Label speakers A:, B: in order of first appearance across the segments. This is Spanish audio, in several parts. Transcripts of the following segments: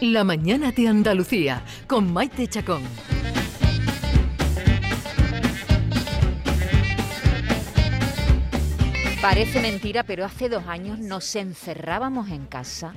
A: La mañana de Andalucía con Maite Chacón.
B: Parece mentira, pero hace dos años nos encerrábamos en casa.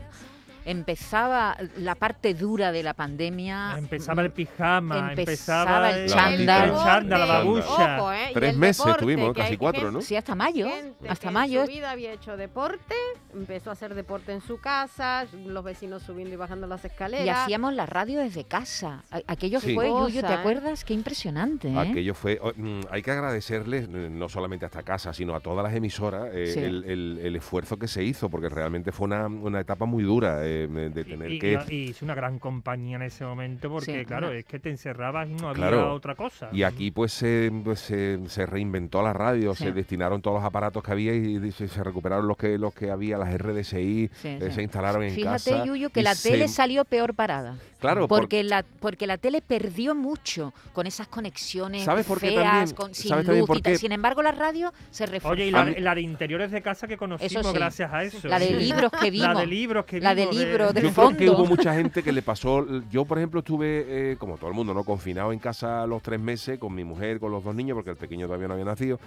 B: Empezaba la parte dura de la pandemia.
C: Empezaba el pijama,
B: Ah, Empezaba
C: empezaba,
B: el
C: el
B: chándal.
C: el chándal, la babucha.
D: Ojo, ¿eh? Y
E: Tres
D: el
E: meses
D: deporte,
E: tuvimos,
D: que
E: casi
D: hay
E: cuatro,
D: gente
E: ¿no?
B: Sí, hasta mayo.
D: que
B: Hasta
D: en
B: mayo.
D: su vida había hecho deporte, empezó a hacer deporte en su casa, los vecinos subiendo y bajando las escaleras.
B: Y hacíamos la radio desde casa. A- Aquello
E: Sí.
B: fue, Yuyu, ¿te
D: Cosa, ¿eh?
B: acuerdas? Qué impresionante. ¿eh?
E: Aquello fue. oh, mm, Hay que agradecerles, eh, no solamente a esta casa, sino a todas las emisoras, eh,
B: Sí.
E: el, el- el esfuerzo que se hizo, porque realmente fue una, una etapa muy dura eh, de tener
C: Y,
E: que.
C: y- y es una gran compañía en ese momento porque,
B: Sí,
C: claro,
B: una-
C: es que te encerrabas y no había
E: Claro.
C: otra cosa.
E: Y aquí pues se, pues, se, se reinventó la radio,
B: Sí.
E: se destinaron todos los aparatos que había y se, se recuperaron los que los que había, las RDSI,
B: Sí,
E: eh,
B: sí.
E: se instalaron en
B: Fíjate,
E: casa.
B: Yuyu, que
E: y
B: la
E: se-
B: tele salió peor parada.
E: Claro, por-
B: porque, la, porque la tele perdió mucho con esas conexiones
E: ¿Sabes por qué
B: feas,
E: también?
B: con, sin
E: ¿Sabes
B: luz
E: también por
B: y tal.
E: qué?
B: Sin embargo, la radio se reforzó.
C: Oye, y la,
E: A mí-
C: la de interiores de casa que conocimos
B: sí.
C: gracias a eso.
B: La de
C: Sí.
B: libros que
C: La
B: vimos.
C: de libros que
B: La de
C: vimos
B: libros, de-
E: yo creo que
B: fondo.
E: hubo mucha gente que le pasó. Yo, por ejemplo, estuve, eh, como todo el mundo, ¿no? Confinado en casa los tres meses con mi mujer, con los dos niños, porque el pequeño todavía no había nacido.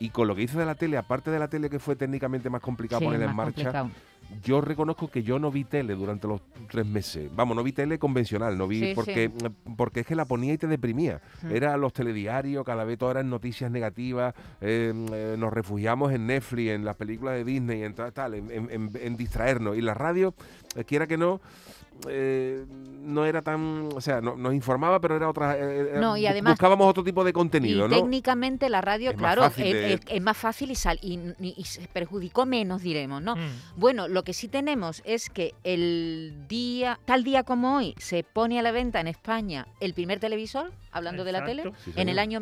E: Y con lo que hice de la tele, aparte de la tele que fue técnicamente más complicado
B: Sí,
E: poner en
B: más
E: marcha,
B: complicado.
E: yo reconozco que yo no vi tele durante los tres meses. Vamos, no vi tele convencional, no vi
B: Sí,
E: porque, mm, porque es que la ponía y te deprimía. Era los telediarios, cada vez todas eran noticias negativas, eh, eh, nos refugiamos en Netflix, en las películas de Disney, en tal, tal, en, en- en- en distraernos. Y la radio, eh, quiera que no, eh, no era tan, o sea, no- nos informaba, pero era otra... eh, eh,
B: No, y
E: bu-
B: además-
E: buscábamos otro tipo de
B: Y
E: contenido, ¿no?
B: técnicamente la radio,
E: Es más
B: claro, es,
E: fácil de-
B: es- es más fácil y, sal- y, y- y se perjudicó menos, diremos, ¿no?
C: Mm.
B: Bueno, lo que sí tenemos es que el día, tal día como hoy, se pone a la venta en España el primer televisor, hablando de la tele,
C: Exacto.
E: Sí,
B: en el
E: señor.
B: año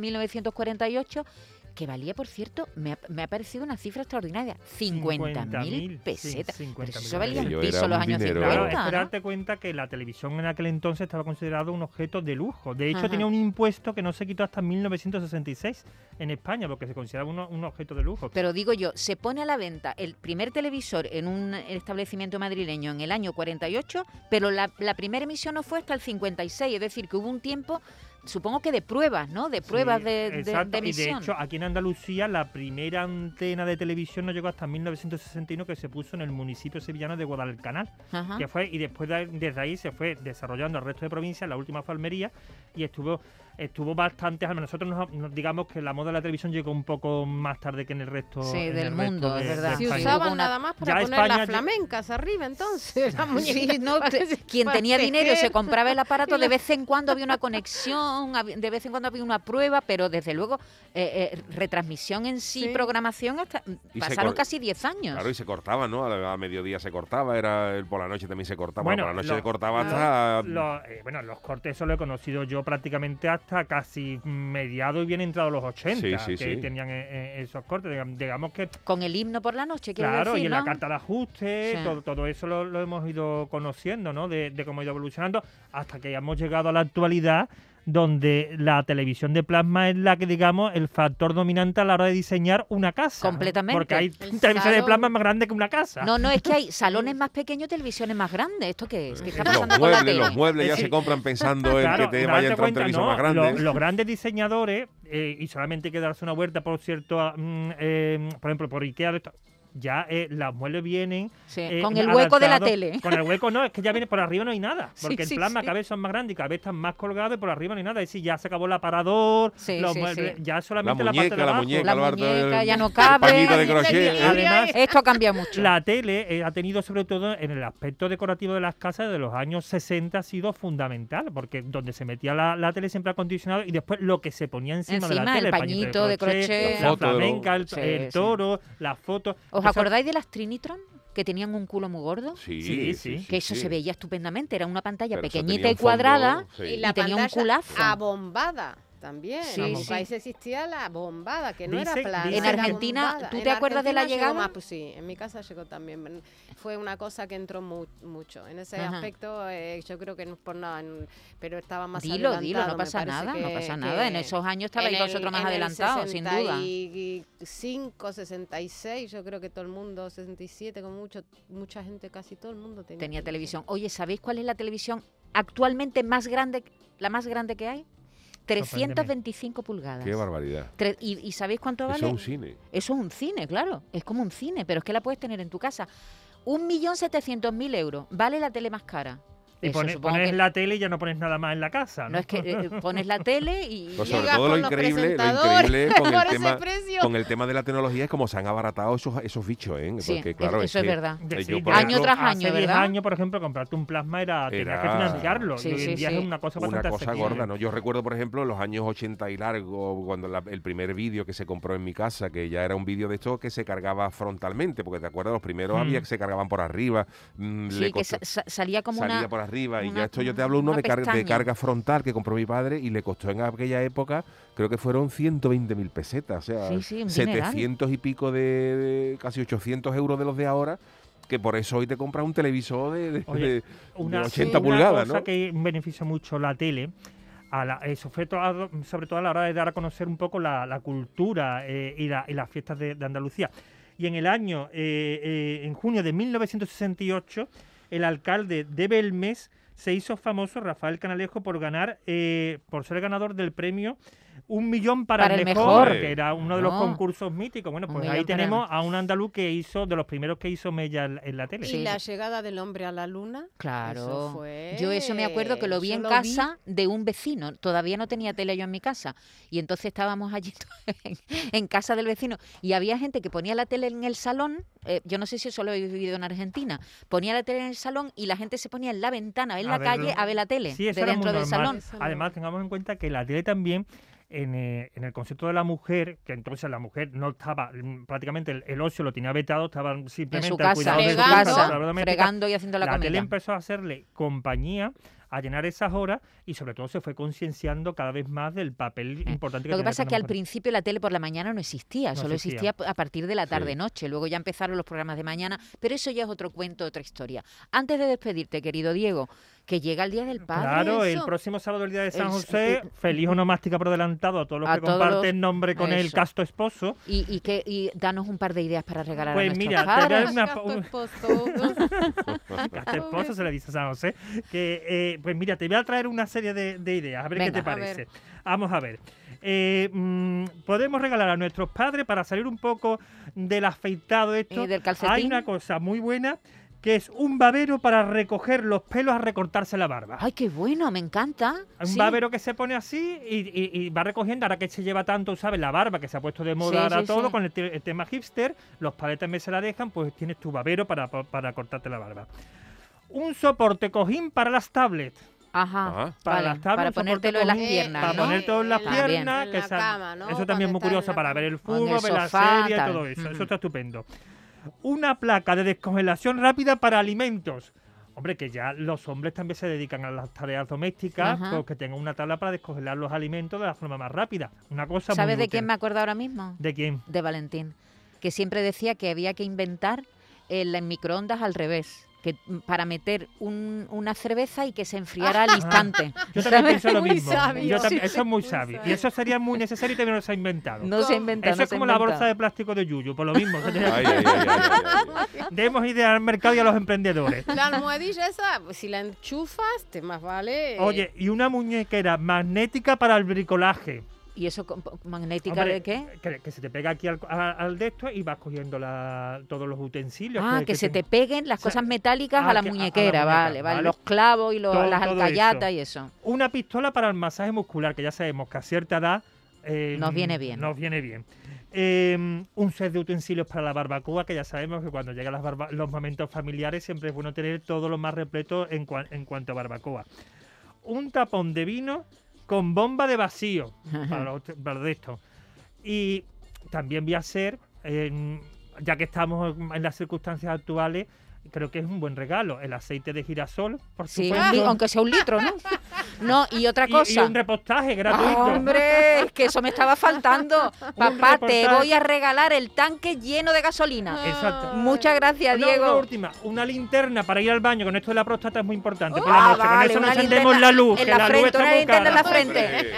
B: 1948, que valía, por cierto, me ha, me ha parecido una cifra extraordinaria, 50.000
C: 50.000,
B: pesetas.
C: sí,
B: Pero
C: 50.000
B: eso valía un
E: Aquello
B: piso
E: era
B: los
E: un
B: años
E: dinero.
C: Claro,
B: 50,
C: es que
B: ¿no?
C: darte cuenta que la televisión en aquel entonces estaba considerado un objeto de lujo. De hecho,
B: Ajá.
C: tenía un impuesto que no se quitó hasta 1966 en España, porque se consideraba uno- un objeto de lujo.
B: Pero digo yo, se pone a la venta el primer televisor en un establecimiento madrileño en el año 48, pero la, la primera emisión no fue hasta el 56, es decir, que hubo un tiempo, supongo que de pruebas, ¿no? De
C: Sí,
B: pruebas de, de-
C: exacto,
B: de
C: Y de
B: emisión.
C: hecho, aquí en Andalucía, la primera antena de televisión no llegó hasta 1961, que se puso en el municipio sevillano de Guadalcanal.
B: Ajá.
C: que fue y después de- desde ahí se fue desarrollando al resto de provincias la última fue Almería y estuvo estuvo bastante a nosotros nos, nos- digamos que la moda de la televisión llegó un poco más tarde que en el resto
B: Sí,
C: en
B: del
C: el
B: mundo,
C: resto
B: es
C: de-
B: verdad.
C: de
B: Sí,
D: Se
C: España.
B: usaba-
D: usaban nada más para
C: Ya
D: poner
C: España
D: las
C: ya-
D: flamencas arriba entonces. las
B: Sí,
D: muñequitas
B: no, te-
D: para-
B: quien
D: para
B: tenía dinero se
D: tejer.
B: compraba el aparato,
D: Y
B: de
D: la-
B: vez en cuando había una conexión, hab- de vez en cuando había una prueba, pero desde luego eh, eh, retransmisión en sí,
D: Sí.
B: programación, hasta
E: se
B: pasaron
E: cor-
B: casi 10 años.
E: Claro, y se cortaba, ¿no? A, a mediodía se cortaba, era el, por la noche también se cortaba, bueno,
C: Bueno,
E: por la noche
C: lo-
E: se cortaba
C: lo-
E: hasta...
C: Los, eh, bueno, los cortes eso lo he conocido yo prácticamente hasta casi mediados y bien entrados los 80
E: Sí, sí,
C: que
E: sí.
C: tenían eh, eh, esos cortes. Digam- Digamos que,
B: Con el himno por la noche, quiero
C: claro,
B: decir,
C: y en la
B: ¿no?
C: carta de ajuste,
B: Sí.
C: todo, todo eso lo, lo hemos ido conociendo, ¿no? De, de cómo ha ido evolucionando hasta que hemos llegado a la actualidad donde la televisión de plasma es la que, digamos, el factor dominante a la hora de diseñar una casa.
B: Completamente.
C: Porque hay
D: El
C: televisión de
D: salón.
C: plasma más grande que una casa.
B: No, no, es que hay salones más pequeños, televisiones más grandes. ¿Esto qué es? ¿Qué está
E: Los
B: pasando con la
E: muebles,
B: tele?
E: los muebles ya
C: Es
E: se
C: decir,
E: compran pensando en
C: Claro,
E: que te
C: no,
E: vaya a
C: date
E: entrar un
C: cuenta,
E: televisor
C: no,
E: más grande.
C: Los, los grandes diseñadores, eh, y solamente hay que darse una vuelta, por cierto, a, mm, eh, por ejemplo, por Ikea, esto- ya eh, las muebles vienen...
B: Sí,
C: eh,
B: con el hueco de la
C: adaptados-
B: tele.
C: Con el hueco no, es que ya viene por arriba no hay nada,
B: Sí,
C: porque el
B: sí,
C: plasma
B: sí.
C: cada vez son más grandes y cada vez están más colgados y por arriba no hay nada. Es decir, ya se acabó el aparador,
B: Sí,
C: los
B: sí,
C: muebles,
B: sí.
C: ya
E: la
C: solamente la,
E: muñeca,
C: parte de
E: la
C: abajo.
E: muñeca,
B: La
E: Alberto,
B: muñeca
E: el-
B: ya no
E: el
B: cabe.
E: pañito de
D: Ni
E: crochet.
D: tenía
E: ¿eh?
D: idea.
C: Además,
B: Esto cambia mucho.
C: La tele eh, ha tenido sobre todo en el aspecto decorativo de las casas de los años 60 ha sido fundamental, porque donde se metía la, la tele siempre acondicionado y después lo que se ponía encima, de la
B: Encima, el
C: tele,
B: pañito de crochet.
C: la
E: La foto de lo-
C: flamenca, el,
B: Sí,
C: el
B: sí.
C: toro, las fotos.
B: ¿Os
C: Eso-
B: acordáis de las Trinitron? Que tenían un culo muy gordo.
E: Sí,
C: Sí,
E: sí,
C: sí.
E: sí,
B: que eso
E: sí.
B: se veía estupendamente. Era una pantalla
E: Pero eso
B: pequeñita
E: tenía
B: y
E: un fondo,
B: cuadrada.
E: sí.
B: Y tenía un
D: pantalla
B: culazo.
D: Abombada. también.
B: Sí,
D: en mi
B: sí.
D: país existía la bombada, que no
C: Dicen-
D: era plana.
C: dicen
D: era
C: que- En
B: Argentina,
D: bombada.
B: ¿tú
D: En
B: te acuerdas de la
D: Argentina llegó
B: llegada?
D: más, pues sí, en mi casa llegó también. Fue una cosa que entró mu- mucho. En ese
B: Ajá.
D: aspecto, eh, yo creo que no por nada, n- pero estaba más
B: Dilo, dilo,
D: adelantado,
B: no
D: me
B: pasa
D: parece
B: nada, no
D: que-
B: pasa nada. En
D: que-
B: esos años estabais
D: en el-
B: vosotros más
D: en el
B: adelantados, sin duda.
D: 65, 66, yo creo que todo el mundo, 67, con mucho, mucha gente, casi todo el mundo tenía,
B: Tenía televisión. Oye, ¿sabéis cuál es la televisión actualmente más grande, la más grande que hay? 325 pulgadas.
E: Qué barbaridad.
B: Tre- ¿Y, y sabéis cuánto
E: Eso
B: vale?
E: es un cine.
B: Eso es un cine, claro. Es como un cine, pero es que la puedes tener en tu casa. 1.700.000 euros. Vale la tele más cara.
C: Y
B: Eso
C: pone-
B: supongo
C: pones
B: que-
C: la tele y ya no pones nada más en la casa. No,
B: No es que eh, pones la tele y...
E: Pues
B: y-
E: sobre
D: Llega
E: todo lo
D: con los
E: increíble, lo
D: presentadores
E: increíble con
D: Por
E: el,
D: ese
E: tema,
D: precio.
E: con el tema de la tecnología es como se han abaratado esos, esos bichos, ¿eh?
B: sí,
E: Porque, claro,
B: es- eso es
E: que-
B: verdad.
C: Que
E: Eh,
C: sí,
E: yo, por
C: ya
B: ejemplo, Año tras año,
C: hace 10
B: ¿verdad?
C: años, por ejemplo, comprarte un plasma era, tenías que
E: Era-
C: financiarlo.
B: Sí,
C: y hoy en
B: sí,
C: día
B: sí.
C: es una cosa
E: una
C: bastante
E: cosa
C: asequible.
E: gorda, ¿no? Yo recuerdo, por ejemplo, los años 80 y largo, cuando la- el primer vídeo que se compró en mi casa, que ya era un vídeo de esto que se cargaba frontalmente, porque te acuerdas, los primeros
C: Mm.
E: había que se cargaban por arriba. mm,
B: Sí,
E: le
B: que
E: costó-
B: sa- sa- salía como
E: salía
B: una...
E: por arriba y
B: una-
E: ya esto yo te hablo uno
B: una
E: de, car- de
B: pestaña.
E: carga frontal que compró mi padre y le costó en aquella época creo que fueron 120 mil pesetas o sea
B: Sí, sí, un dineral.
E: 700 y pico de, de casi 800 euros de los de ahora que por eso hoy te compras un televisor de, de-
C: Oye,
E: de-
C: una,
E: de 80
C: una
E: pulgadas
C: cosa
E: ¿no?
C: que beneficia mucho la tele, a la- eh, sobre, todo a, sobre todo a la hora de dar a conocer un poco la, la cultura eh, y, la- y las fiestas de, de Andalucía. Y en el año, eh, eh, en junio de 1968, el alcalde de Belmes se hizo famoso, Rafael Canalejo, por ganar, eh, por ser ganador del premio Un Millón para, el mejor, que era uno de los
B: No.
C: concursos míticos. Bueno,
B: Un
C: pues ahí
B: millón para-
C: tenemos a un andaluz que hizo, de los primeros que hizo Mella en, en la tele.
D: Y
B: Sí.
D: la llegada del hombre a la luna.
B: Claro.
D: Eso fue-
B: Yo eso me acuerdo que lo vi
D: yo
B: en
D: lo vi.
B: casa de un vecino. Todavía no tenía tele yo en mi casa. Y entonces estábamos allí en, en casa del vecino. Y había gente que ponía la tele en el salón. eh, yo no sé si eso lo habéis vivido en Argentina. Ponía la tele en el salón y la gente se ponía en la ventana, en
C: A
B: la
C: verlo.
B: calle, a ver la tele.
C: Sí, eso
B: de
C: era muy
B: dentro del
C: normal.
B: salón.
D: Eso no.
C: Además, tengamos en cuenta que la tele también, en, eh, en el concepto de la mujer, que entonces la mujer no estaba, mm, prácticamente el, el ocio lo tenía vetado, estaba
B: En
C: simplemente
B: su
C: al
B: casa,
C: cuidado de su
D: fregando,
C: casa, la labor doméstica.
B: fregando y haciendo la,
C: La tele
B: comida.
C: empezó a hacerle compañía, a llenar esas horas y sobre todo se fue concienciando cada vez más del papel
B: Eh,
C: importante que
B: Lo que
C: tenía
B: pasa es que
C: la
B: al
C: mujer.
B: principio la tele por la mañana no existía,
C: No
B: solo
C: existía.
B: existía a partir de la
E: Sí.
B: tarde-noche. Luego ya empezaron los programas de mañana, pero eso ya es otro cuento, otra historia. Antes de despedirte, querido Diego, que llega el Día del Padre.
C: Claro, el
B: eso.
C: próximo sábado el día de San
B: El-
C: José, feliz onomástica por adelantado a todos los
B: A
C: que
B: todos
C: comparten nombre con el
B: eso.
C: casto esposo.
B: Y, y que, y danos un par de ideas para regalar
C: Pues
B: a nuestros
C: mira, te voy a
B: padres. eh,
C: dar una-
D: Gasto
C: un-
D: esposo.
C: Hasta el esposo se le dice a San José. Que, eh, pues mira, te voy a traer una serie de, de ideas, a ver qué
B: Venga.
C: te
D: A
C: parece.
D: ver.
C: Vamos a ver. Eh, mm, podemos regalar a nuestros padres para salir un poco del afeitado esto.
B: Y del calcetín.
C: Hay una cosa muy buena que es un babero para recoger los pelos a recortarse la barba.
B: Ay, qué bueno, me encanta.
C: Un
B: Sí.
C: babero que se pone así y, y- y va recogiendo, ahora que se lleva tanto, ¿sabes? La barba que se ha puesto de moda
B: Sí,
C: ahora
B: sí,
C: todo
B: sí.
C: con el, te- el tema hipster, los padres también se la dejan, pues tienes tu babero para, pa- para cortarte la barba. Un soporte cojín para las tablets,
B: Ajá.
E: Ajá.
C: para
B: Vale,
C: las tablas,
B: para
C: un soporte
B: ponértelo en las
C: cojín,
B: piernas,
C: para
B: ¿no?
C: ponértelo en las
B: También.
C: piernas,
D: En
C: que
D: la
C: esa-
D: cama, ¿no?
C: eso
D: Cuando
C: también es muy
D: está en
C: curioso
D: la
C: para ver
D: cama.
B: O en
C: el
B: el
C: fútbol, ver la
B: sofá,
C: serie,
B: tal.
C: todo eso,
B: Ujú.
C: eso está estupendo. Una placa de descongelación rápida para alimentos. Hombre, que ya los hombres también se dedican a las tareas domésticas,
B: Ajá.
C: pues que tengan una tabla para descongelar los alimentos de la forma más rápida. Una cosa muy
B: ¿Sabes de
C: útil.
B: quién me acuerdo ahora mismo?
C: ¿De quién?
B: de Valentín, que siempre decía que había que inventar el microondas al revés, que mm, para meter un- una cerveza y que se enfriara al instante.
C: Yo también
B: ¿Sabes?
C: pienso lo
D: Muy
C: mismo.
D: sabio.
C: Yo también-
D: Sí,
C: eso es muy
D: muy
C: sabio. Y
D: sabio.
C: eso sería muy necesario y también lo se ha inventado.
B: No se inventa,
C: eso
B: no
C: es
B: se
C: como la
B: inventa.
C: bolsa de plástico de Yuyu, por lo mismo. se tenía-
E: Ay, ay, ay, ay, ay, ay.
C: Demos idea al mercado y a los emprendedores.
D: La almohadilla esa, pues, si la enchufas, te más vale. eh,
C: Oye, y una muñequera magnética para el bricolaje.
B: ¿Y eso con- con magnética
C: Hombre,
B: de qué?
C: Que, que se te pega aquí al, a- al de esto y vas cogiendo la- todos los utensilios.
B: Ah, que, se te
C: tengo.
B: peguen las
C: o sea,
B: cosas metálicas
C: ah,
B: a la
C: que- a- a la
B: muñequera,
C: muñeca,
B: vale, vale,
C: vale.
B: los clavos y los-
C: Todo-
B: las
C: todo eso.
B: alcayatas y eso.
C: Una pistola para el masaje muscular, que ya sabemos que a cierta edad. eh,
B: Nos viene bien.
C: Nos viene bien. Eh, un set de utensilios para la barbacoa, que ya sabemos que cuando llegan las barba- los momentos familiares siempre es bueno tener todo lo más repleto en, cua- en cuanto a barbacoa. Un tapón de vino con bomba de vacío para, los, para de esto. Y también voy a hacer, eh, ya que estamos en las circunstancias actuales, creo que es un buen regalo. El aceite de girasol, por
B: Sí,
C: supuesto.
B: un li- aunque sea un litro, ¿no? No, y otra
C: Y- y,
B: cosa. Ah,
C: un repostaje gratuito.
B: Hombre, es que eso me estaba faltando. Papá, te
C: reportaje.
B: voy a regalar el tanque lleno de gasolina.
C: Exacto.
B: Muchas gracias,
C: Una-
B: Diego.
C: Una última, una linterna para ir al baño, con esto de la próstata es muy importante. por
B: Ah,
C: la noche,
B: vale,
C: con eso no
B: una
C: encendemos
B: linterna
C: la luz,
B: en
C: que
B: la
C: la, luz
B: frente,
C: está
B: una
C: muy
B: linterna en
C: cara.
B: la frente.